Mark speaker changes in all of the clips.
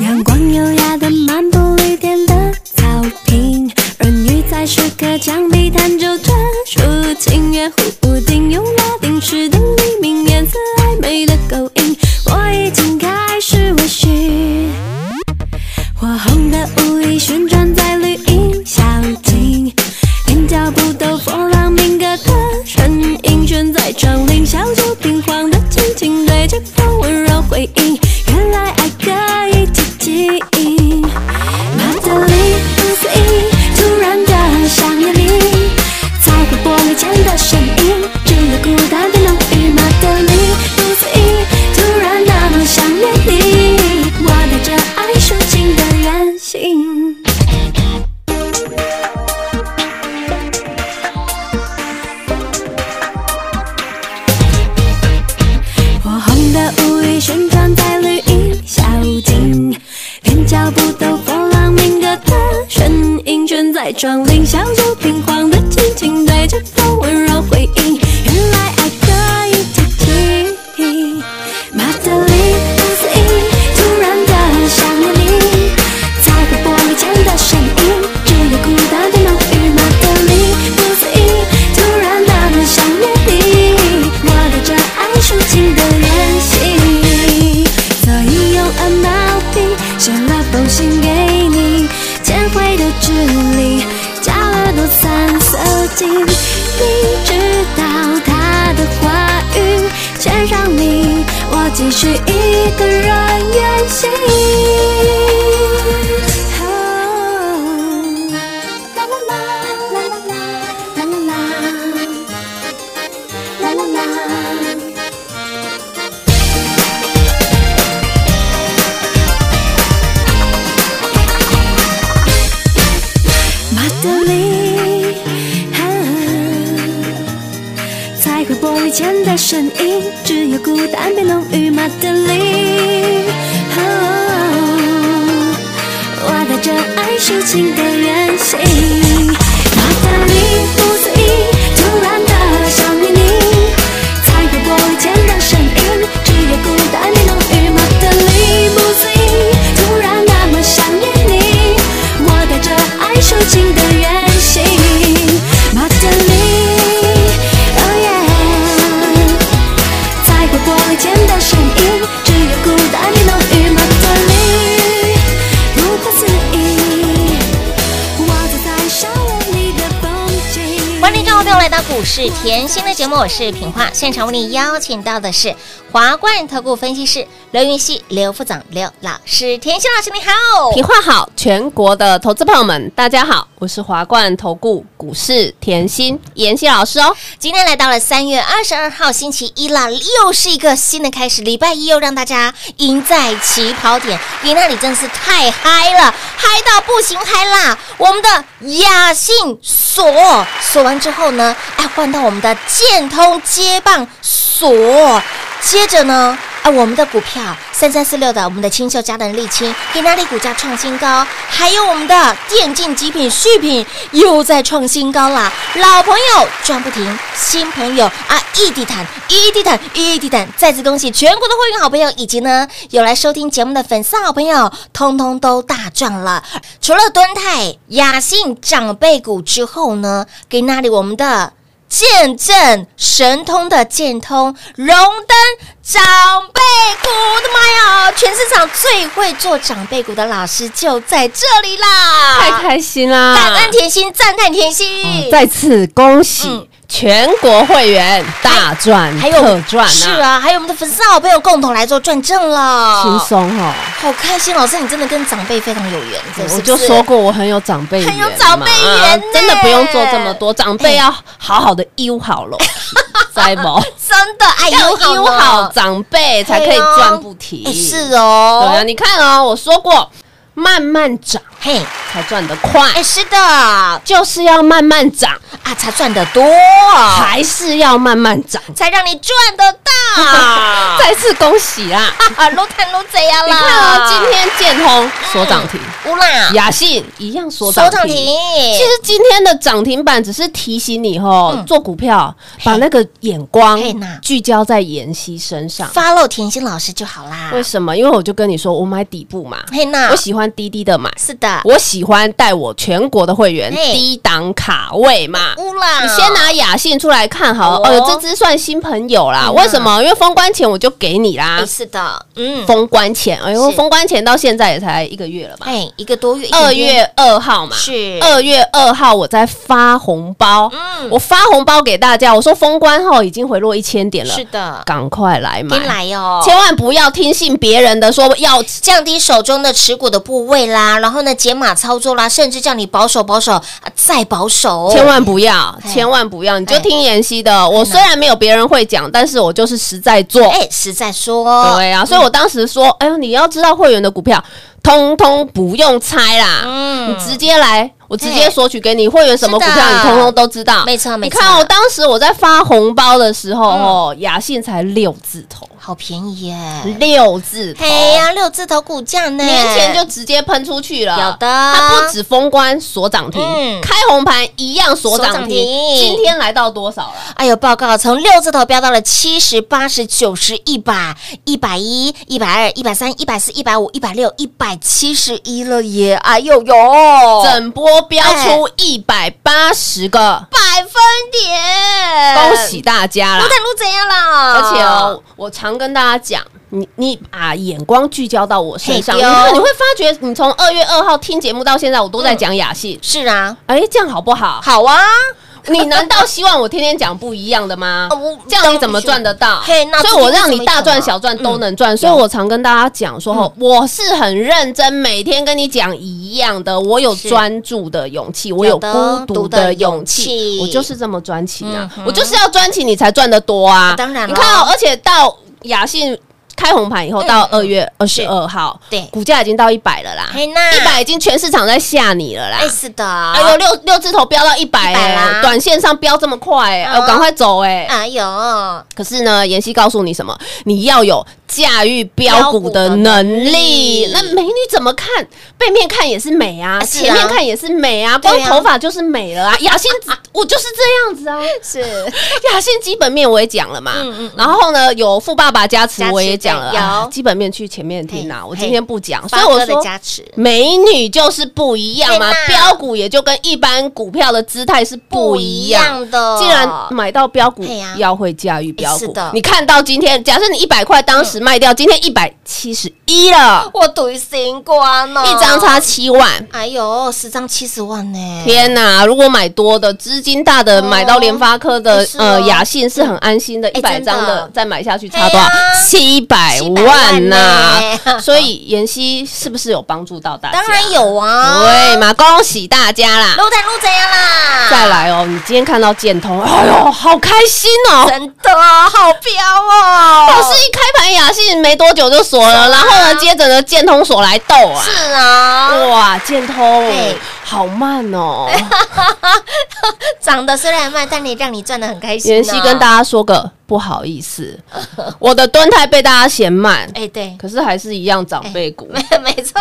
Speaker 1: 阳光优雅地漫步绿点的草坪，人鱼在石刻墙壁弹奏专属琴乐，互不停用拉丁式的黎明，颜色暧昧的勾引，我已经开始微醺。火红的舞衣旋转在绿荫小径，连脚步都佛朗明哥的身影悬在窗棂，小酒瓶晃得轻轻，对着风温柔回应。原来爱可以寂静。马德里乌斯伊突然的想念你，踩过玻璃前的身影，只有孤单的浓郁。马德里乌斯伊突然那么想念你，我带着爱深情的远行。火红的舞衣旋转在绿荫小径，连脚步都波浪明歌的身影悬在窗棂，小酒瓶晃得轻轻，对着风温柔回应。原来爱可以提起，马德里乌斯伊突然的想念你，踩过玻璃前的身影，只有孤单的浓郁。马德里乌斯伊突然那么想念你，我带着爱抒情的远行，所以用 MLP 写了封信给你，简会的距离加了多三色精，你知道他的话语，全让你我继续一个人远行。哦啦啦啦啦啦啦啦啦啦啦啦。马德里，啊踩过玻璃前的身影，只有孤单变浓郁。马德里，哦我带着爱抒情的远行。马德里，穆斯伊突然的想念你，踩过玻璃前的身影，只有孤单变浓郁。马德里，穆斯伊突然那么想念你，我带着爱抒情的远行。马德里，哦耶。踩过玻璃前的身影，只有孤单的浓郁。马德里，不可思议，我走在校园里的风景。
Speaker 2: 欢迎各位朋友来到股市甜心的节目，我是品化。现场为你邀请到的是华冠投顾分析师刘云熙、刘副总、刘老师。甜心老师你好，
Speaker 3: 平话好，全国的投资朋友们，大家好，我是华冠投顾股市甜心妍希老师哦。
Speaker 2: 今天来到了三月二十二号星期一啦，又是一个新的开始。礼拜一又让大家赢在起跑点，比那里真是太嗨了，嗨到不行，嗨啦！我们的雅信锁锁完之后呢，哎，换到我们的建通接棒锁，接着呢。啊，我们的股票三三四六的，我们的清秀家人沥青，给那里股价创新高，还有我们的电竞极品续品又在创新高啦！老朋友赚不停，新朋友啊一地毯一地毯一地毯，再次恭喜全国的会员好朋友，以及呢有来收听节目的粉丝好朋友，通通都大赚了。除了敦泰、雅信长辈股之后呢，给那里我们的见证神通的建通荣登长辈股，我的妈呀！全市场最会做长辈股的老师就在这里啦！
Speaker 3: 太开心啦！嗯
Speaker 2: 感恩甜心，赞叹甜心，
Speaker 3: 再次恭喜
Speaker 2: 嗯
Speaker 3: 全国会员大赚
Speaker 2: 还有
Speaker 3: 特赚
Speaker 2: 是
Speaker 3: 啊，
Speaker 2: 啊，还有我们的粉丝好朋友共同来做转正了，
Speaker 3: 轻，松哦。
Speaker 2: 好开心！老师，你真的跟长辈非常有缘，真的是
Speaker 3: 嗯我就
Speaker 2: 不是
Speaker 3: 说过我很有长辈缘嘛，
Speaker 2: 很有长辈缘呢
Speaker 3: 真的不用做这么多，长辈要好好的悠好了，在不？
Speaker 2: 真的哎，
Speaker 3: 要
Speaker 2: 友
Speaker 3: 悠
Speaker 2: 呢
Speaker 3: 好长辈才可以赚不
Speaker 2: 哎
Speaker 3: 停。
Speaker 2: 是
Speaker 3: 对啊，
Speaker 2: 哦，
Speaker 3: 你看哦，我说过慢慢涨
Speaker 2: 嘿，
Speaker 3: 才赚得快，
Speaker 2: 哎，是的啊，
Speaker 3: 就是要慢慢涨，
Speaker 2: 才赚得多，
Speaker 3: 还是要慢慢涨。
Speaker 2: 才让你赚得 到。
Speaker 3: 再次恭喜啦！
Speaker 2: 啊，撸碳撸贼呀啦！
Speaker 3: 你看哦，今天建通所涨停，
Speaker 2: 乌啦，
Speaker 3: 雅信一样所
Speaker 2: 手
Speaker 3: 嗯涨
Speaker 2: 涨停，
Speaker 3: 停。其实今天的涨停板只是提醒你哦
Speaker 2: 嗯，
Speaker 3: 做股票把那个眼光
Speaker 2: 嘿呐
Speaker 3: 聚焦在妍希身上。
Speaker 2: follow 甜心老师就好啦。
Speaker 3: 为什么？因为我就跟你说，我买底部嘛，
Speaker 2: 嘿娜
Speaker 3: 我，喜欢低低的买，
Speaker 2: 是的，
Speaker 3: 我喜欢带我全国的会员
Speaker 2: 嘿
Speaker 3: 低档卡位嘛。
Speaker 2: 乌啦，
Speaker 3: 你先拿雅信出来看好，
Speaker 2: 好哦
Speaker 3: 哦，这只算新朋友啦。
Speaker 2: 嗯
Speaker 3: 为什么？因为封关前我就给你啦
Speaker 2: 哎，。是的，嗯，
Speaker 3: 封关前，哎呦，
Speaker 2: 是
Speaker 3: 封关前到现在也才一个月了嘛，
Speaker 2: 哎，一个多月，
Speaker 3: 二
Speaker 2: 一个
Speaker 3: 月二号嘛，
Speaker 2: 是
Speaker 3: 二月二号我在发红包，
Speaker 2: 嗯
Speaker 3: 我发红包给大家，我说封关后已经回落一千点了，
Speaker 2: 是的，
Speaker 3: 赶快来买，
Speaker 2: 跟来哦，
Speaker 3: 千万不要听信别人的说要
Speaker 2: 降低手中的持股的部位啦，然后呢解码操作啦，甚至叫你保守保守，啊再保守，
Speaker 3: 千万不要，
Speaker 2: 哎
Speaker 3: 千万不要，你就
Speaker 2: 哎
Speaker 3: 听妍希的。我虽然没有别人会讲，但是我就是实在做。
Speaker 2: 哎，实在说，
Speaker 3: 对啊，所以我当时说，哎呦，你要知道会员的股票，通通不用猜啦，
Speaker 2: 嗯
Speaker 3: 你直接来，我直接
Speaker 2: 哎
Speaker 3: 索取给你会员什么股票，
Speaker 2: 是的
Speaker 3: 你通通都知道。
Speaker 2: 没错没
Speaker 3: 你
Speaker 2: 错
Speaker 3: 看哦，当时我在发红包的时候，哦，雅信才六字头，
Speaker 2: 好便宜耶，
Speaker 3: 六字头，
Speaker 2: 嘿呀，六字头股价呢，
Speaker 3: 年前就直接喷出去了。
Speaker 2: 有的
Speaker 3: 它不止封关锁涨停，
Speaker 2: 嗯
Speaker 3: 开红盘一样锁
Speaker 2: 锁
Speaker 3: 涨
Speaker 2: 涨
Speaker 3: 停
Speaker 2: 停。
Speaker 3: 今天来到多少了？
Speaker 2: 哎呦，报告从六字头飙到了七十八、十九、十、一百、一百一、一百二、一百三、一百四、一百五、一百六、一百七十一了耶！哎呦呦，
Speaker 3: 整波飙
Speaker 2: 哎
Speaker 3: 出一百八十个，
Speaker 2: 百分点，
Speaker 3: 恭喜！大家啦
Speaker 2: 路！探路怎样啦？
Speaker 3: 而且哦，，我常跟大家讲，你你把眼光聚焦到我身上，
Speaker 2: 嘿
Speaker 3: 你
Speaker 2: 对哦
Speaker 3: 看你会发觉，你从二月二号听节目到现在，我都在讲雅信。
Speaker 2: 是啊，
Speaker 3: 哎，这样好不好？
Speaker 2: 好啊，
Speaker 3: 你难道希望我天天讲不一样的吗
Speaker 2: 哦我？
Speaker 3: 这样你怎么赚得到？
Speaker 2: 嘿那
Speaker 3: 所以我让你大赚小赚
Speaker 2: 自己怎么嗯
Speaker 3: 都能赚，所以我常跟大家讲说，吼我是很认真，每天跟你讲一样的，我有
Speaker 2: 是
Speaker 3: 专注的勇气，我
Speaker 2: 嗯
Speaker 3: 有
Speaker 2: 有的
Speaker 3: 孤独的勇
Speaker 2: 独的勇气
Speaker 3: 气，我就是这么专情啊
Speaker 2: 嗯，哼
Speaker 3: 我就是要专情，你才赚得多啊
Speaker 2: 啊。当然咯
Speaker 3: 你看哦，而且到雅信。开红盘以后到二月二十二号，
Speaker 2: 嗯对
Speaker 3: 股价已经到一百了啦，
Speaker 2: 嘿呐
Speaker 3: 一百已经全市场在吓你了啦
Speaker 2: 哎，，是的，哎
Speaker 3: 哎呦，，六六字头飙到一百、
Speaker 2: 100啦
Speaker 3: 欸，短线上飙这么快、欸，哎、
Speaker 2: 嗯
Speaker 3: 我赶快走哎、
Speaker 2: 哎呦，
Speaker 3: 可是呢，妍希告诉你什么？你要有驾驭标股的能力。
Speaker 2: 标股的能力
Speaker 3: 那美女怎么看？背面看也是美啊，
Speaker 2: 啊是啊
Speaker 3: 前面看也是美啊，
Speaker 2: 对啊
Speaker 3: 光头发就是美 了啊。雅欣，我就是这样子啊。
Speaker 2: 是
Speaker 3: 雅欣基本面我也讲了嘛，
Speaker 2: 嗯嗯嗯
Speaker 3: 然后呢，有富爸爸加持我也讲了
Speaker 2: 加持对
Speaker 3: 啊
Speaker 2: 有
Speaker 3: 基本面去前面听啊，
Speaker 2: 嘿
Speaker 3: 我今天不讲，所以
Speaker 2: 发
Speaker 3: 我
Speaker 2: 哥的
Speaker 3: 说
Speaker 2: 加持，
Speaker 3: 美女就是不一样嘛
Speaker 2: 对啦，
Speaker 3: 标股也就跟一般股票的姿态是不一样。
Speaker 2: 的哎
Speaker 3: 既然买到标股
Speaker 2: 对哦呀，
Speaker 3: 要会驾驭标
Speaker 2: 哎是
Speaker 3: 股
Speaker 2: 的。
Speaker 3: 你看到今天，假设你一百块当时卖掉，今天一百七十一了，
Speaker 2: 我赌星光呢，
Speaker 3: 一张差，七万。
Speaker 2: 哎呦，十张七十万呢，
Speaker 3: 天呐！如果买多的资金大的，
Speaker 2: 哦
Speaker 3: 买到联发科
Speaker 2: 哎
Speaker 3: 的
Speaker 2: 是哦
Speaker 3: 呃雅信是很安心的，
Speaker 2: 哎
Speaker 3: 一百张
Speaker 2: 真的
Speaker 3: 的再买下去差多少
Speaker 2: 哎呀？
Speaker 3: 七百
Speaker 2: 700
Speaker 3: 万呐
Speaker 2: 万呢！
Speaker 3: 所以妍希是不是有帮助到大家？
Speaker 2: 当然有啊，
Speaker 3: 对嘛，恭喜大家啦！
Speaker 2: 撸蛋撸怎样啊啦？
Speaker 3: 再，来哦，你今天看到建通，哎呦，好开心哦！
Speaker 2: 真的好飘哦，
Speaker 3: 老师一开盘雅信没多久就锁了，然后呢，接着呢建通锁来斗啊，
Speaker 2: 是啊，
Speaker 3: 哇，建通
Speaker 2: 嘿
Speaker 3: 好慢 哦。
Speaker 2: 长得虽然慢，但你让你赚的很开心啊。
Speaker 3: 妍希跟大家说个不好意思， 我的蹲态被大家嫌慢，
Speaker 2: 哎对，
Speaker 3: 可是还是一样长辈股。
Speaker 2: 没没错，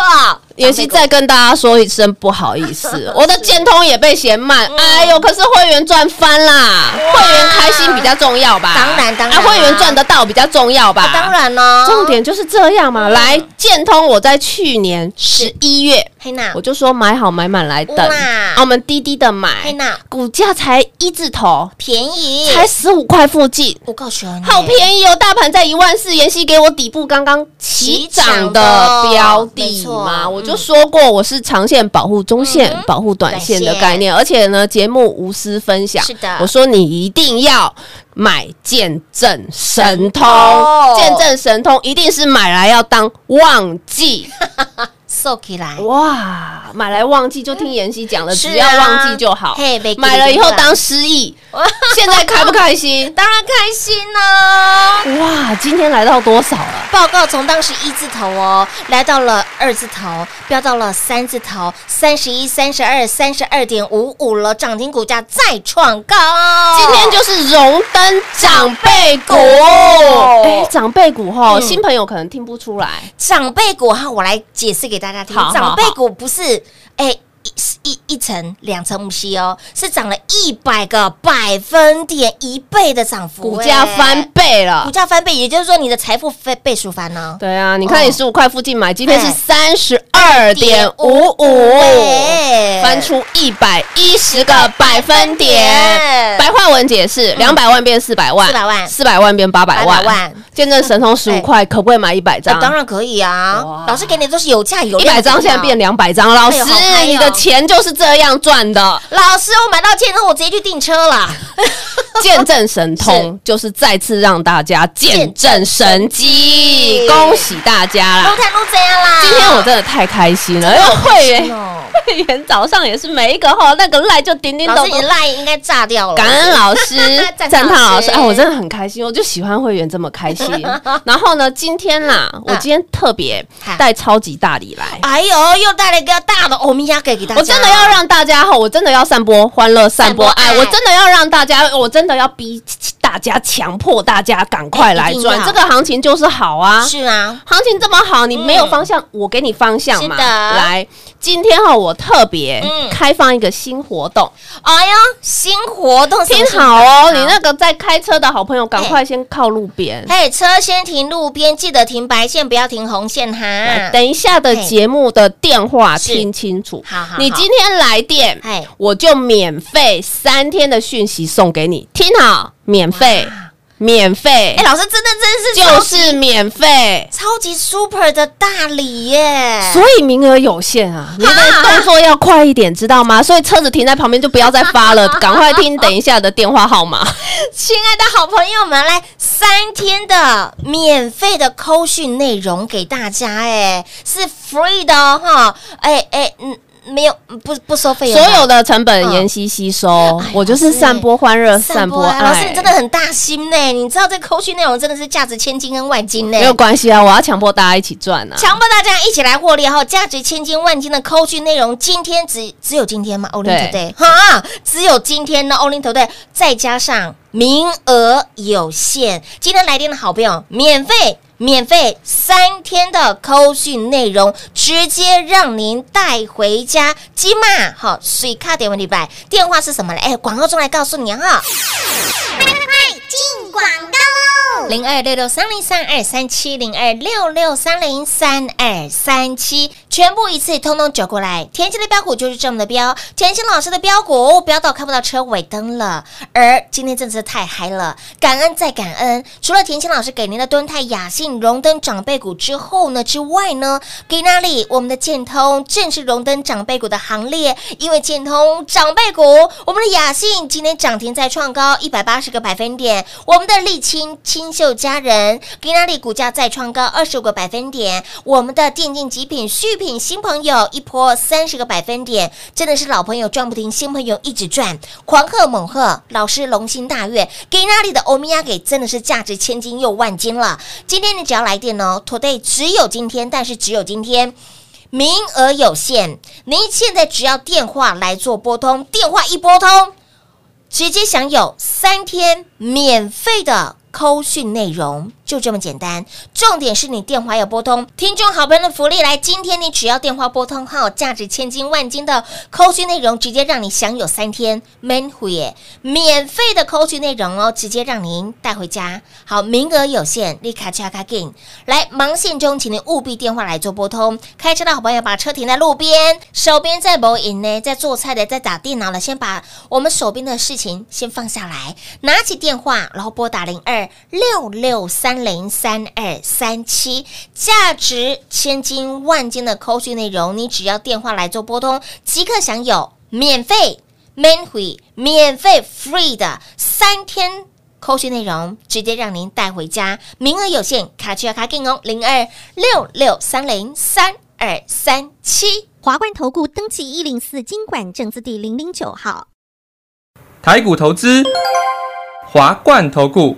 Speaker 3: 妍希再跟大家说一声不好意
Speaker 2: 嗯
Speaker 3: 思，我的建通也被嫌慢，哎呦，可是会员赚翻啦，会员开心比较重要吧？
Speaker 2: 当然当然
Speaker 3: 啊，会员赚得到比较重要吧？
Speaker 2: 啊嗯当。然喽，
Speaker 3: 重点就是这样嘛。来，建通，我在去年十一月
Speaker 2: 黑娜
Speaker 3: 我就说买好买满来等，
Speaker 2: 嗯哇
Speaker 3: 啊我们低低的
Speaker 2: 黑
Speaker 3: 买，
Speaker 2: 娜
Speaker 3: 股价才一字头，
Speaker 2: 便宜，
Speaker 3: 才十五块附近，
Speaker 2: 我告诉你，
Speaker 3: 好便宜哦！大盘在一万四，妍希给我底部刚刚起涨的标
Speaker 2: 没
Speaker 3: 的
Speaker 2: 错
Speaker 3: 嘛，
Speaker 2: 嗯
Speaker 3: 我就说过我是长线保护中线、保护短线的
Speaker 2: 短线
Speaker 3: 概念，而且呢，节目无私分享，
Speaker 2: 是的
Speaker 3: 我说你一定要买见证神通
Speaker 2: 通，
Speaker 3: 见证神通一定是买来要当旺 季。
Speaker 2: 瘦起来，
Speaker 3: 哇，买来忘记就听妍希讲了，
Speaker 2: 是啊
Speaker 3: 只要忘记就好。
Speaker 2: 嘿没给
Speaker 3: 买了以后
Speaker 2: 你吧
Speaker 3: 当 失忆，现在开不开心？
Speaker 2: 当然开心啦、
Speaker 3: 哇，今天来到多少了？
Speaker 2: 报告从当时一字头哦，来到了二字头，飙到了三字头，三十一、三十二、三十二点五五了，涨停股价再创高。
Speaker 3: 今天就是荣登长辈股，
Speaker 2: 长辈股
Speaker 3: 哎，长辈股吼，
Speaker 2: 哦嗯
Speaker 3: 新朋友可能听不出来，
Speaker 2: 长辈股哈，我来解释给大家听
Speaker 3: 好好。
Speaker 2: 长辈股不是哎。一一一层两层五息哦，是涨了一百个百分点，一倍的涨幅、哎
Speaker 3: 股价翻，倍
Speaker 2: 股
Speaker 3: 了。
Speaker 2: 价翻倍，也就是说你的财富翻倍数翻呢、
Speaker 3: 对啊，你看你
Speaker 2: 哦
Speaker 3: 十五块附近买，今天是
Speaker 2: 哎
Speaker 3: 三十二点五五，
Speaker 2: 对
Speaker 3: 翻出一百一十个百分点。白话文解释：两百万变四百万，
Speaker 2: 400万
Speaker 3: 四百万变八
Speaker 2: 800
Speaker 3: 百万
Speaker 2: 万。
Speaker 3: 见证神通十五块，可不可以买一百张
Speaker 2: 啊？当然可以啊
Speaker 3: 哇，
Speaker 2: 老师给你的都是有价哦有
Speaker 3: 一
Speaker 2: 量
Speaker 3: 百
Speaker 2: 的股票。
Speaker 3: 张现在变两百张，老师
Speaker 2: 哎呦好嗨，哦
Speaker 3: 你的钱就是这样赚的。
Speaker 2: 老师，我买到钱之后我直接去订车 了。
Speaker 3: 见证神通就是再次让大家见证
Speaker 2: 见证
Speaker 3: 神机，
Speaker 2: 神机
Speaker 3: 恭喜大家
Speaker 2: 路
Speaker 3: 啦！
Speaker 2: 探路怎样啦？
Speaker 3: 今天我真的太开心 了，因为我会员
Speaker 2: 哦，
Speaker 3: 会员早上也是每一个哈，那个赖就叮叮
Speaker 2: 老
Speaker 3: 咚
Speaker 2: 师你
Speaker 3: 咚。
Speaker 2: 赖应该炸掉了。
Speaker 3: 感恩老师
Speaker 2: 赞叹老师、
Speaker 3: 赞叹老师，哎，我真的很开心，我就喜欢会员这么 开心。然后呢，今天啦，我
Speaker 2: 啊
Speaker 3: 今天特别带超级大礼来。
Speaker 2: 哎呦，又带了一个大的欧米茄给给大家，
Speaker 3: 我真的要让大家哈，我真的要散播欢乐，散播
Speaker 2: 散
Speaker 3: 爱，
Speaker 2: 播爱哎
Speaker 3: 我真的要让大家，我真的要逼大家，强迫大家赶快来赚
Speaker 2: 哎一定要
Speaker 3: 这个行情，就是好啊。
Speaker 2: 是啊，
Speaker 3: 行情这么好，你没有方向，我给你方向嘛。
Speaker 2: 是的
Speaker 3: 来，今天哈，我特别
Speaker 2: 嗯
Speaker 3: 开放一个新活动，
Speaker 2: 哎呦，新活动
Speaker 3: 听好哦，你那
Speaker 2: 那
Speaker 3: 个在开车的好朋友，赶快先靠路边。
Speaker 2: 嘿，车先停路边，记得停白线，不要停红线
Speaker 3: 来
Speaker 2: 哈。
Speaker 3: 哎等一下的节目的电话
Speaker 2: 是
Speaker 3: 听清楚，
Speaker 2: 好好好
Speaker 3: 你今天来电，
Speaker 2: 嘿，
Speaker 3: 我就免费三天的讯息送给你，听好，免费，免费
Speaker 2: 哎，，老师真的真是
Speaker 3: 就
Speaker 2: 超级
Speaker 3: 是免费，
Speaker 2: 超级 super 的大礼耶！
Speaker 3: 所以名额有限啊，你的动作要快一点，知道吗？所以车子停在旁边就不要再 发了，赶快听等一下的电话号码。
Speaker 2: 亲爱的好朋友们，来三天的免费的扣讯内容给大家，哎，是 free 的哦，哈，哎哎，嗯，没有，不不收费用
Speaker 3: 所
Speaker 2: 啊，
Speaker 3: 有的成本
Speaker 2: 嗯
Speaker 3: 妍希吸收
Speaker 2: 哎，
Speaker 3: 我就是
Speaker 2: 老师
Speaker 3: 散播欢乐，散
Speaker 2: 散
Speaker 3: 播
Speaker 2: 播啊，老师
Speaker 3: 爱
Speaker 2: 你。真的很大心呢，你知道这扣讯内容真的是价值千金跟万金呢
Speaker 3: 没。有关系啊，我要强迫大家一起赚啊！
Speaker 2: 强迫大家一起来获利哈，价值千金万金的扣讯内容，今天只只有今天吗？Only
Speaker 3: 对
Speaker 2: today 哈，只有今天呢，Only today，再加上名额有限，今天来电的好朋友免费。免费三天的扣讯内容，直接让您带回家。金嘛，好，水卡点问题拜，电话是什么嘞？哎，广告中来告诉你啊哈。零二六六三零三二三七零二六六三零三二三七，全部一次通通折过来。甜心的标股就是这么的标，甜心老师的标股标到看不到车尾灯了。而今天真的是太嗨了，感恩再感恩。除了甜心老师给您的敦泰、雅信、荣登长辈股之后呢之外呢，给那里我们的建通正式荣登长辈股的行列，因为建通长辈股，我们的雅信今天涨停再创高一百八十个百分点，我们的沥青清秀佳人给那里股价再创高二十五个百分点，我们的电竞极品续品新朋友一波三十个百分点，真的是老朋友赚不停，新朋友一直赚，狂贺猛贺，老师龙心大悦，给那里的欧米亚给真的是价值千金又万金了。今天你只要来电哦，today 只有今天，但是只有今天。名额有限，您现在只要电话来做拨通，电话一拨通，直接享有三天免费的扣讯内容，就这么简单。重点是你电话要拨通，听众好朋友的福利来，今天你只要电话拨通号，价值千金万金的扣讯内容，直接让你享有三天 man 虎耶免费的扣讯内容哦，直接让您带回家。好，名额有限，立卡卡卡进来忙线中，请您务必电话来做拨通。开车的好朋友把车停在路边，手边在某影呢，在做菜的，在打电脑的，先把我们手边的事情先放下来，拿起电话，然后拨打零二六六三零三二三七，价值千金万金的扣讯内容，你只要电话来做拨通，即刻享有免费 man 回免费 free 的三天。扣讯内容直接让您带回家，名额有限，卡去要卡进哦，零二六六三零三二三七。
Speaker 4: 华冠投顾登记一零四经管证字第零零九号，
Speaker 5: 台股投资，华冠投顾，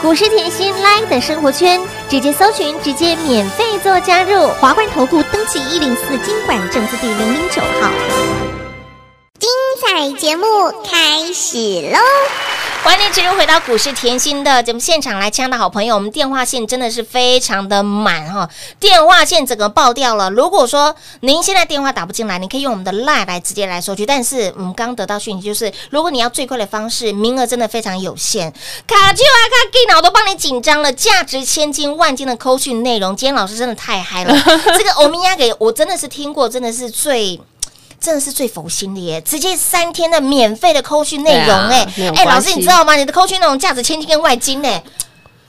Speaker 2: 股市甜心 Line 的生活圈，直接搜寻，直接免费做加入。
Speaker 4: 华冠投顾登记一零四经管证字第零零九号。
Speaker 6: 彩节目开始喽！
Speaker 2: 欢迎持续回到股市甜心的节目现场来，亲爱的好朋友，我们电话线真的是非常的满哈，电话线整个爆掉了。如果说您现在电话打不进来，你可以用我们的 LINE 来直接来收取。但是我们刚得到讯息，就是如果你要最快的方式，名额真的非常有限。卡丘啊卡给脑都帮你紧张了，价值千金万金的扣讯内容，今天老师真的太嗨 了。这个欧米亚给我真的是听过，真的是最。真的是最佛心的耶！直接三天的免费的扣讯内容哎、
Speaker 3: 对啊没有
Speaker 2: 哎、老
Speaker 3: 关
Speaker 2: 师
Speaker 3: 系
Speaker 2: 你知道吗？你的扣讯内容价值千金跟外金哎、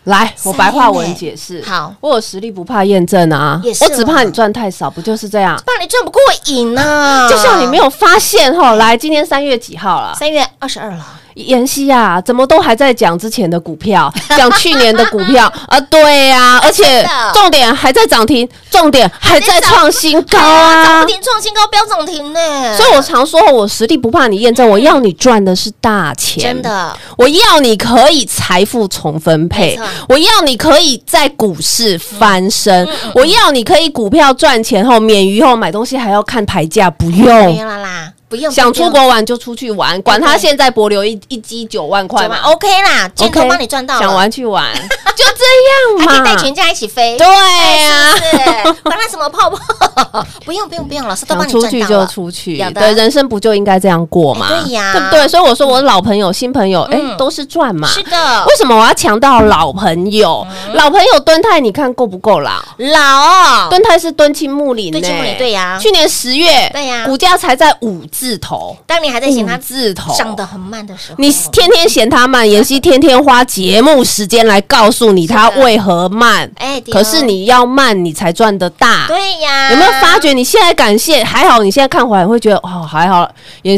Speaker 3: 来，我白话文
Speaker 2: 欸
Speaker 3: 解释。
Speaker 2: 好
Speaker 3: 我有实力不怕验证啊，
Speaker 2: 也是哦
Speaker 3: 我只
Speaker 2: 啦
Speaker 3: 怕你赚太少，不就是这样？
Speaker 2: 不然你赚不过瘾呢、
Speaker 3: 就像你没有发现哈，来，今天三月几号了？
Speaker 2: 三月二十二了，
Speaker 3: 妍希啊，怎么都还在讲之前的 股票，讲去年的股票啊？对啊，而且
Speaker 2: 哎的
Speaker 3: 重点还在涨停，重点还在创新高
Speaker 2: 涨
Speaker 3: 啊
Speaker 2: 不！停啊创新高标涨停呢，
Speaker 3: 所以我常说，我实力不怕你验证，我要你赚的是大钱，
Speaker 2: 真的
Speaker 3: 我要你可以财富重分
Speaker 2: 没
Speaker 3: 配
Speaker 2: 错，
Speaker 3: 我要你可以在股市翻身，
Speaker 2: 嗯
Speaker 3: 我要你可以股票赚钱后免于后买东西还要看牌价，不
Speaker 2: 没
Speaker 3: 用。
Speaker 2: 了啦，不用
Speaker 3: 想出
Speaker 2: 不用
Speaker 3: 国玩就出去玩，管他
Speaker 2: OK
Speaker 3: 现在博流一一机九万块
Speaker 2: 九
Speaker 3: 嘛
Speaker 2: 万 OK 啦，镜头
Speaker 3: OK，
Speaker 2: 帮你赚到了
Speaker 3: 想玩 去玩，就这样
Speaker 2: 还
Speaker 3: 嘛，
Speaker 2: 可以带全家一起飞，
Speaker 3: 对啊呀、
Speaker 2: 哎是不是管他什么泡 泡，不用不用不用，老师都帮
Speaker 3: 想
Speaker 2: 你
Speaker 3: 出
Speaker 2: 赚
Speaker 3: 去
Speaker 2: 到
Speaker 3: 就
Speaker 2: 了。
Speaker 3: 出去
Speaker 2: 有，的
Speaker 3: 对，人生不就应该这样过嘛？
Speaker 2: 哎对呀
Speaker 3: 对不对？所以我说我老朋友、新朋友，哎、
Speaker 2: 嗯
Speaker 3: 都是赚嘛。
Speaker 2: 是的嗯
Speaker 3: 为，什么我要强调老朋友？ 老朋友蹲泰，你看够不够老？
Speaker 2: 哦老
Speaker 3: 蹲泰是蹲青木林、呢，
Speaker 2: 蹲青木林对呀
Speaker 3: 去年十月，
Speaker 2: 对呀
Speaker 3: 股价才在五字头，
Speaker 2: 当你还在嫌它
Speaker 3: 五字头
Speaker 2: 涨得很慢的时候，
Speaker 3: 嗯 你天天嫌它慢，妍希天天花节目时间来告诉你它
Speaker 2: 是的
Speaker 3: 为何慢。
Speaker 2: 哎，对哦
Speaker 3: 可是你要慢，你才赚得大。
Speaker 2: 对啊呀，
Speaker 3: 有没有发觉你现在感谢还好？你现在看回来会觉得哦，还好。妍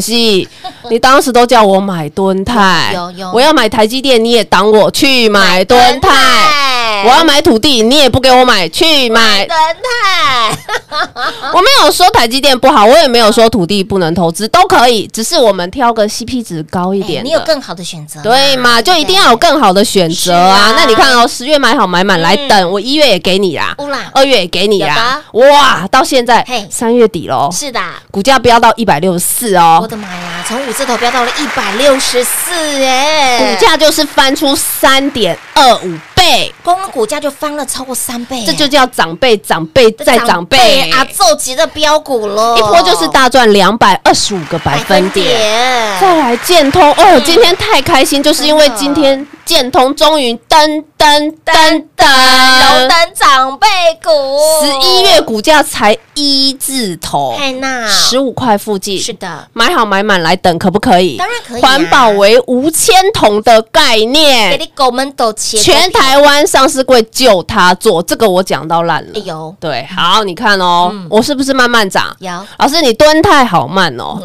Speaker 3: 希，你当时都叫我买敦泰，
Speaker 2: 有有
Speaker 3: 我要买台积电，你也挡我去买敦泰。
Speaker 2: 泰
Speaker 3: 我要买土地，你也不给我买，去买。
Speaker 2: 等待，
Speaker 3: 我没有说台积电不好，我也没有说土地不能投资，都可以，只是我们挑个 CP 值高一点
Speaker 2: 哎
Speaker 3: 的。
Speaker 2: 你有更好的选择，
Speaker 3: 对嘛？就一定要有更好的选择啊
Speaker 2: 是啊！
Speaker 3: 那你看哦，十月买好买满来
Speaker 2: 嗯
Speaker 3: 等，我一月也给你啦
Speaker 2: 乌啦，
Speaker 3: 二月也给你啦，哇！到现在
Speaker 2: 嘿
Speaker 3: 三月底喽，
Speaker 2: 是的，
Speaker 3: 股价飙到一百六十四
Speaker 2: 我
Speaker 3: 哦，
Speaker 2: 的妈呀，从五字头飙到了一百六十四，哎，
Speaker 3: 股价就是翻出三点二五倍，
Speaker 2: 光股价就翻了超过三倍，
Speaker 3: 这就叫长辈，长辈再长辈
Speaker 2: 啊，奏级的标股了，
Speaker 3: 一波就是大赚两百二十五个百分点。
Speaker 2: 点。
Speaker 3: 再来建通哦，今天太开心，就是因为今天建通终于噔噔噔
Speaker 2: 荣
Speaker 3: 噔，
Speaker 2: 登长辈股，
Speaker 3: 十一月股价才一字头，
Speaker 2: 太纳
Speaker 3: 十五块附近，
Speaker 2: 是的，
Speaker 3: 买好买满来等，可不可以？
Speaker 2: 当然可以啊
Speaker 3: 环保为无铅桶的概
Speaker 2: 给
Speaker 3: 念，
Speaker 2: 你狗们抖钱，
Speaker 3: 全台湾上市柜就它做，这个我讲到烂了
Speaker 2: 哎。呦
Speaker 3: 对，好，你看哦
Speaker 2: 嗯，
Speaker 3: 我是不是慢慢涨？
Speaker 2: 有
Speaker 3: 老师，你蹲太好慢 哦，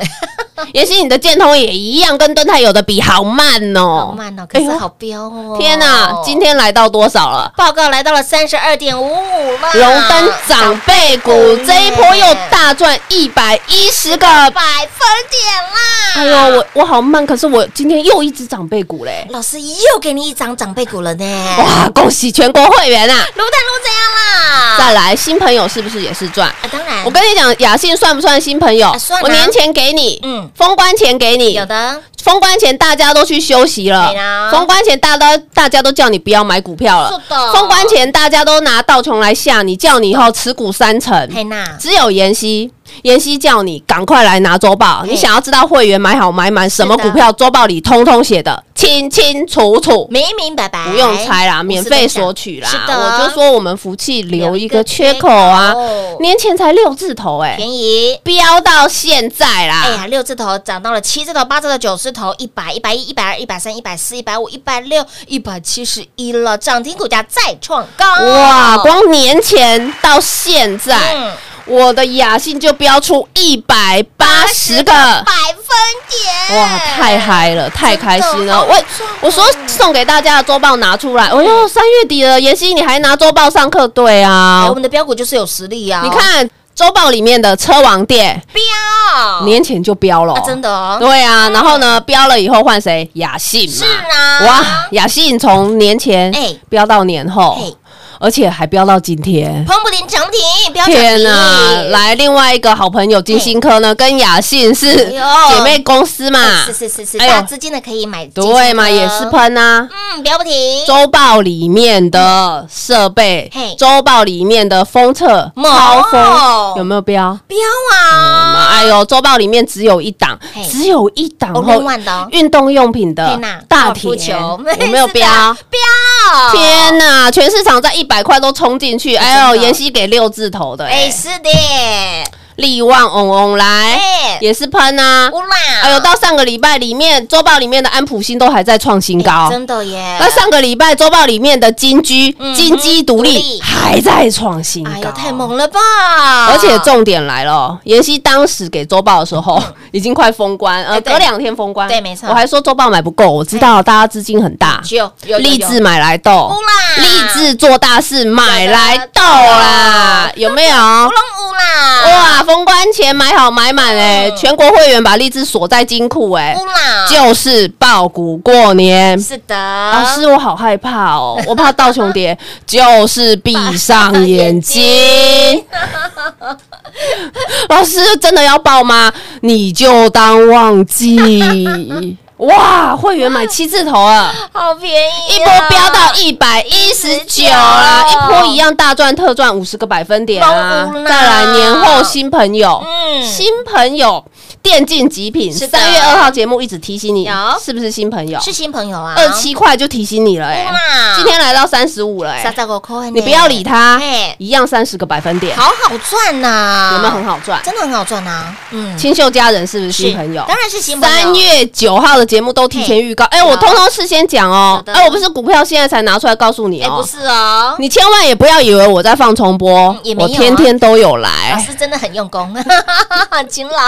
Speaker 3: 也许你的建通也一样，跟蹲太有的比好慢
Speaker 2: 好
Speaker 3: 哦。
Speaker 2: 慢哦，可是
Speaker 3: 哎呦
Speaker 2: 好彪哦！
Speaker 3: 天哪，今天来到多少了？
Speaker 2: 报告来到了三十二点五五了，
Speaker 3: 荣登长辈股
Speaker 2: 长辈股
Speaker 3: 这一波又大赚一百一十个，哎
Speaker 2: 百分点啦！
Speaker 3: 呦，我我好慢，可是我今天又一只长辈股嘞，
Speaker 2: 老师又给你一张长辈股了呢，
Speaker 3: 哇，恭喜全国会员啊！
Speaker 2: 卤蛋卤怎样啦？
Speaker 3: 再来，新朋友是不是也是赚？
Speaker 2: 啊，当然，
Speaker 3: 我跟你讲，雅信算不算新朋友
Speaker 2: 啊算啊？
Speaker 3: 我年前给你，
Speaker 2: 嗯
Speaker 3: 封关前给你，
Speaker 2: 有的
Speaker 3: 封关前大家都去休息了
Speaker 2: 对啦，
Speaker 3: 封关前大家都大家都叫你不要买股票了
Speaker 2: 是，的
Speaker 3: 封关前大家都拿道琼来吓你，叫你以后持股三成，
Speaker 2: 佩娜
Speaker 3: 只有妍希，妍希叫你赶快来拿周报，
Speaker 2: 嘿
Speaker 3: 你想要知道会员买好买满什么
Speaker 2: 是的
Speaker 3: 股票，周报里通通写的清清楚楚。
Speaker 2: 明明白白，
Speaker 3: 不用猜啦，
Speaker 2: 50
Speaker 3: 免费索取啦！
Speaker 2: 分享是的，
Speaker 3: 我就说我们福气留一个缺口啊
Speaker 2: 留一个缺口，
Speaker 3: 年前才六字头哎、
Speaker 2: 便宜。
Speaker 3: 飙到现在啦！
Speaker 2: 哎呀，六字头涨到了七字头、八字头、九字头、一百、一百一、一百二、一百三、一百四、一百五、一百六、一百七十一了，涨停股价再创高。
Speaker 3: 哇，光年前到现在，
Speaker 2: 哦嗯
Speaker 3: 我的雅信就飙出一百八十个，
Speaker 2: 百分点，
Speaker 3: 哇，太！嗨了，太开心了！
Speaker 2: 好哦
Speaker 3: 我
Speaker 2: 爽
Speaker 3: 我说送给大家的周报拿出来，哎呦，三月底了，妍希你还拿周报上课？对
Speaker 2: 哎
Speaker 3: 啊
Speaker 2: 我，们的标股就是有实力啊！
Speaker 3: 你看周报里面的车王店
Speaker 2: 标，
Speaker 3: 年前就飙了
Speaker 2: 哦啊，，真的哦，
Speaker 3: 对啊，然后呢，飙了以后换谁？雅信嘛
Speaker 2: 是。啊，
Speaker 3: 哇，雅信从年前
Speaker 2: 哎
Speaker 3: 飙到年后
Speaker 2: 嘿，
Speaker 3: 而且还飙到今天。
Speaker 2: 彭不林涨停，标准
Speaker 3: 天
Speaker 2: 比
Speaker 3: 呐！来啊另外一个好朋友金星科呢，跟雅信是
Speaker 2: 哎呦
Speaker 3: 姐妹公司嘛，
Speaker 2: 哎是是是是，
Speaker 3: 哎呦
Speaker 2: 大资金的可以买，
Speaker 3: 对嘛，也是，喷啊。
Speaker 2: 嗯，标不停，
Speaker 3: 周报里面的设备
Speaker 2: 嘿，
Speaker 3: 周报里面的封测
Speaker 2: 猛
Speaker 3: 超风有没有标？
Speaker 2: 标啊，
Speaker 3: 哎呦，周报里面只有一档
Speaker 2: 嘿，
Speaker 3: 只有一档
Speaker 2: 哦
Speaker 3: 哦
Speaker 2: 另外的哦
Speaker 3: 运动用品的
Speaker 2: 天哪，
Speaker 3: 大
Speaker 2: 高
Speaker 3: 铁
Speaker 2: 尔夫球
Speaker 3: 有没有标？
Speaker 2: 是的哦标，
Speaker 3: 天哪！全市场在一百块都冲进去，哎呦，
Speaker 2: 真的
Speaker 3: 妍希给六字头的，
Speaker 2: 哎，
Speaker 3: 哎，
Speaker 2: 是的，
Speaker 3: 力旺嗡嗡来
Speaker 2: 哎，
Speaker 3: 哎也是喷啊，
Speaker 2: 乌啦，
Speaker 3: 哎呦，到上个礼拜里面周报里面的安普新都还在创新高，
Speaker 2: 哎真的耶，
Speaker 3: 那哎上个礼拜周报里面的金居
Speaker 2: 嗯
Speaker 3: 金鸡独
Speaker 2: 独
Speaker 3: 立
Speaker 2: 立
Speaker 3: 还在创新
Speaker 2: 哎
Speaker 3: 高，
Speaker 2: 呦，太！猛了吧！
Speaker 3: 而且重点来了，妍希当时给周报的时候已经快封关，
Speaker 2: 嗯哎
Speaker 3: 呃，
Speaker 2: 对
Speaker 3: 隔两天封关，
Speaker 2: 对没错
Speaker 3: 我还说周报买不够，我知道大家资金很大，
Speaker 2: 有有
Speaker 3: 立志买来斗
Speaker 2: 乌，啦，
Speaker 3: 立志做大事买来斗啦，有没有？
Speaker 2: 乌龙乌啦，
Speaker 3: 哇，封关前买好买满哎，
Speaker 2: 嗯
Speaker 3: 全国会员把励志锁在金库哎，
Speaker 2: 乌啦，
Speaker 3: 就是爆股过年。
Speaker 2: 是的，
Speaker 3: 老师，啊我好害怕 哦，我怕道琼跌，就是闭上眼睛。 老师真的要爆吗？你就当忘 记。哇，会员买七字头啊，
Speaker 2: 好便宜啊，
Speaker 3: 一波飙到一百一十九啦，一波一样大赚特赚五十个百分点啊
Speaker 2: 都无！啦
Speaker 3: 再来年后新朋友，
Speaker 2: 嗯
Speaker 3: 新朋友电竞极品，
Speaker 2: 是的
Speaker 3: 三月二号节目一直提醒你
Speaker 2: 有，
Speaker 3: 是不是新朋友？
Speaker 2: 是新朋友啊，
Speaker 3: 二七块就提醒你了哎、
Speaker 2: 哇
Speaker 3: 今天来到三十五了哎、
Speaker 2: 啊三十五块呢，
Speaker 3: 你不要理他
Speaker 2: 嘿，
Speaker 3: 一样三十个百分点，
Speaker 2: 好好赚呐，
Speaker 3: 有没有很？好赚？
Speaker 2: 真的很好赚啊，嗯，
Speaker 3: 清秀家人是不是新
Speaker 2: 是
Speaker 3: 朋友？
Speaker 2: 当然是新朋友，
Speaker 3: 三月九号的节目都提前预告，哎、我
Speaker 2: 有
Speaker 3: 通通事先讲哦
Speaker 2: 好，的
Speaker 3: 哎、我不是股票现在才拿出来告诉你
Speaker 2: 哎，
Speaker 3: 哦，
Speaker 2: 不是哦，
Speaker 3: 你千万也不要以为我在放重播，
Speaker 2: 嗯也没有
Speaker 3: 我
Speaker 2: 啊哎
Speaker 3: 天天都有
Speaker 2: 老
Speaker 3: 来。
Speaker 2: 师真的很用功， 很勤劳，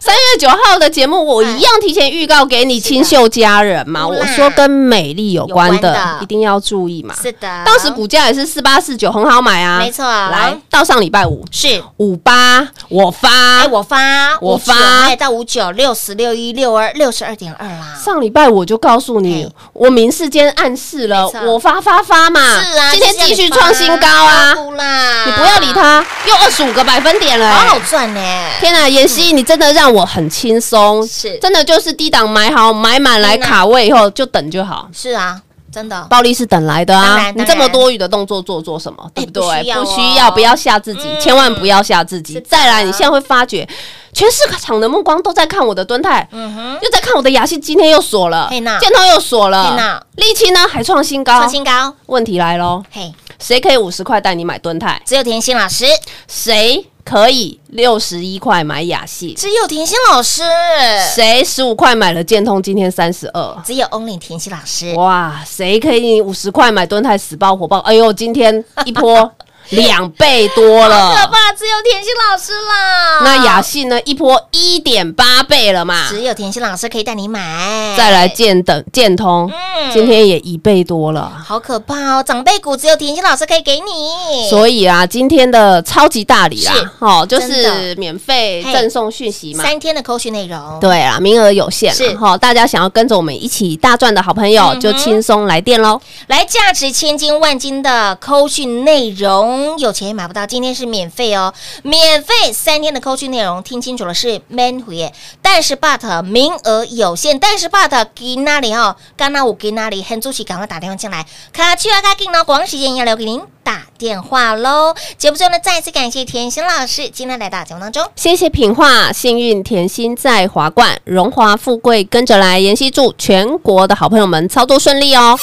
Speaker 3: 三月九号的节目，我一样提前预告给你清秀佳人嘛，
Speaker 2: 嗯
Speaker 3: 我
Speaker 2: 啦
Speaker 3: 说跟美丽有关
Speaker 2: 有关
Speaker 3: 的，
Speaker 2: 的
Speaker 3: 一定要注意嘛。
Speaker 2: 是的，
Speaker 3: 当时股价也是四八四九，很好买啊。
Speaker 2: 没错啊
Speaker 3: 来到上礼拜五
Speaker 2: 是。
Speaker 3: 五八，我发
Speaker 2: 哎，。我发，
Speaker 3: 啊我
Speaker 2: 59
Speaker 3: 发
Speaker 2: 哎，到五九六十六一六二六十二点二啦，
Speaker 3: 上礼拜我就告诉你
Speaker 2: 嘿，
Speaker 3: 我明示间暗示了
Speaker 2: 没，错
Speaker 3: 我发发发嘛。
Speaker 2: 是啊，
Speaker 3: 今天继续创新高啊！
Speaker 2: 不啦，
Speaker 3: 你不要理，他，又二十五个百分点了、哎
Speaker 2: 好好赚呢，
Speaker 3: 天呐，妍希，你真的让我很轻松，
Speaker 2: 是
Speaker 3: 真的就是低档买好买满来
Speaker 2: 真的
Speaker 3: 卡位以后就等就好，
Speaker 2: 是啊，真的
Speaker 3: 暴力是等来的
Speaker 2: 当
Speaker 3: 啊！
Speaker 2: 然
Speaker 3: 你这么多余的动作做做什么？对不对
Speaker 2: 不需要？哦嗯
Speaker 3: 不需要，不要吓自己，千万不要吓自己。再来，你现在会发觉，全市场的目光都在看我的敦泰，
Speaker 2: 嗯哼，
Speaker 3: 又在看我的雅戏，今天又锁了，
Speaker 2: 嘿呐
Speaker 3: 建通又锁
Speaker 2: 嘿呐
Speaker 3: 了，利期呢还创新高
Speaker 2: 创。新高，
Speaker 3: 问题来喽，
Speaker 2: 嘿，
Speaker 3: 谁可以五十块带你买敦泰？
Speaker 2: 只有甜心老师，
Speaker 3: 谁可以六十一块买雅戏？
Speaker 2: 只有甜心老师，呃
Speaker 3: 谁十五块买了建通？今天三十二。
Speaker 2: 只有 only 甜心老师，
Speaker 3: 哇，谁可以五十块买蹲泰死爆火爆？哎呦，今天 一波两倍多
Speaker 2: 好可
Speaker 3: 了。
Speaker 2: 怕，啊只有甜心老师啦。
Speaker 3: 那雅信呢？一波一点八倍了嘛。
Speaker 2: 只有甜心老师可以带你买，嗯
Speaker 3: 再来建等建通，今天也一倍多了。
Speaker 2: 好可怕哦！长辈股只有甜心老师可以给你，
Speaker 3: 所以啊，今天的超级大礼
Speaker 2: 是
Speaker 3: 啦，哦，就
Speaker 2: 真
Speaker 3: 是免费
Speaker 2: 嘿
Speaker 3: 赠送讯息嘛。
Speaker 2: 三天的口讯内容，
Speaker 3: 对啊，名额有限
Speaker 2: 是嗯
Speaker 3: 啦，哈，大家想要跟着我们一起大赚的好朋友，就轻松来电喽。
Speaker 2: 来价值千金万金的扣讯内容，有钱也买不到，今天是免费哦，免费三天的扣讯内容，听清楚了是 man 回耶，但是 but 名额有限，但是 but 给那里哦，刚那我给那里，很主席赶快打电话进来，卡去啊卡进呢，广时间要留给您打电话喽。节目最后呢，再次感谢甜心老师今天来到节目当中。
Speaker 3: 谢谢品画，幸运甜心在华冠，荣华富贵跟着来。妍希祝全国的好朋友们操作顺利哦。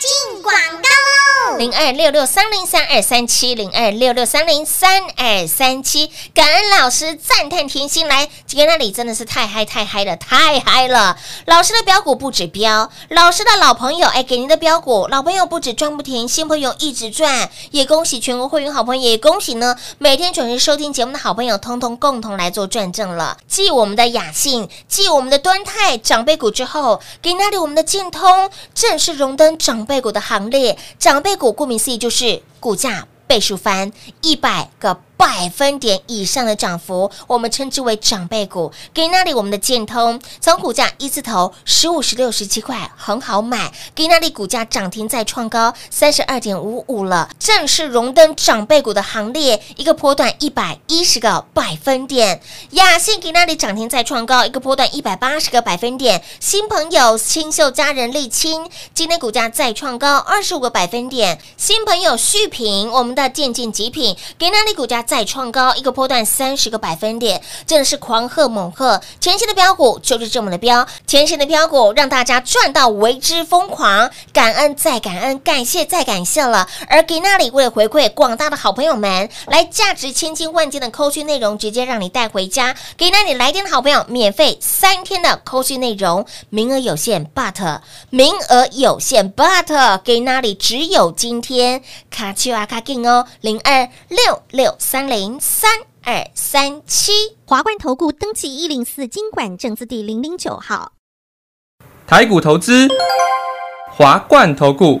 Speaker 6: 进广告喽！
Speaker 2: 零二六六三零三二三七零二六六三零三二三七，感恩老师，赞叹甜心来，今天那里真的是太嗨太嗨了，太嗨了！老师的标股不止标，老师的老朋友哎，给您的标股，老朋友不止赚不停，新朋友一直赚，也恭喜全国会员好朋友，也恭喜呢每天准时收听节目的好朋友，通通共同来做转正了。继我们的雅信，继我们的端泰长辈股之后，给那里我们的建通正式荣登长辈股的行列。长辈股顾名思义就是股价倍数翻一百个。百分点以上的涨幅，我们称之为长辈股。给那里我们的建通，从股价一字头十五、十六、十七块，很好买。给那里股价涨停再创高三十二点五五了，正式荣登长辈股的行列，一个波段一百一十个百分点。雅信给那里涨停再创高，一个波段一百八十个百分点。新朋友新秀家人沥青，今天股价再创高二十五个百分点。新朋友续品，我们的渐进极品给那里股价再创高，一个波段三十个百分点，真的是狂贺猛贺。前期的标股就是这么的标，前期的标股让大家赚到为之疯狂，感恩再感恩，感谢再感谢了。而给那里为了回馈广大的好朋友们，来价值千金万金的扣讯内容，直接让你带回家。给那里来电的好朋友，免费三天的扣讯内容，名额有限，but 名额有限，but 给那里只有今天，卡丘啊卡进哦，零二六六三零三二三七。
Speaker 4: 华冠投顾登记一零四经管证字第零零九号。
Speaker 5: 台股投资，华冠投顾。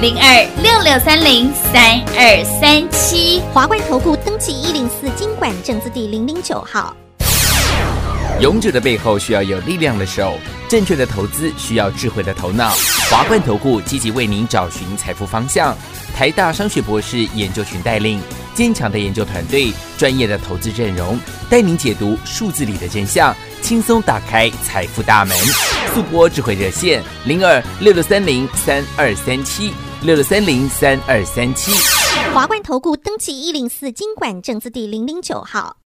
Speaker 7: 零二六六三零三二三七。
Speaker 4: 华冠投顾登记一零四经管证字第零零九号。
Speaker 8: 勇者的背后需要有力量的手，正确的投资需要智慧的头脑。华冠投顾积极为您找寻财富方向，台大商学博士研究群带领，坚强的研究团队，专业的投资阵容，带您解读数字里的真相，轻松打开财富大门。速播智慧热线零二六六三零三二三七六六三零三二三七。
Speaker 4: 华冠投顾登记一零四经管证字第零零九号。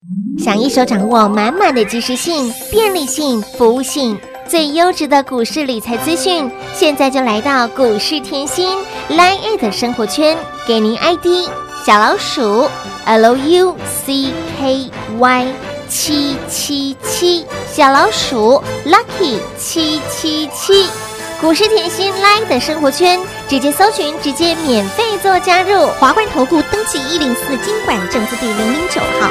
Speaker 6: 想一手掌握满满的及时性、便利性、服务性，最优质的股市理财资讯，现在就来到股市甜心 Line 的生活圈，给您 ID 小老鼠 LUCKY 七七七，小老鼠 Lucky 七七七。股市甜心 Line 的生活圈，直接搜寻，直接免费做加入。
Speaker 4: 华冠投顾登记一零四经管证字第零零九号。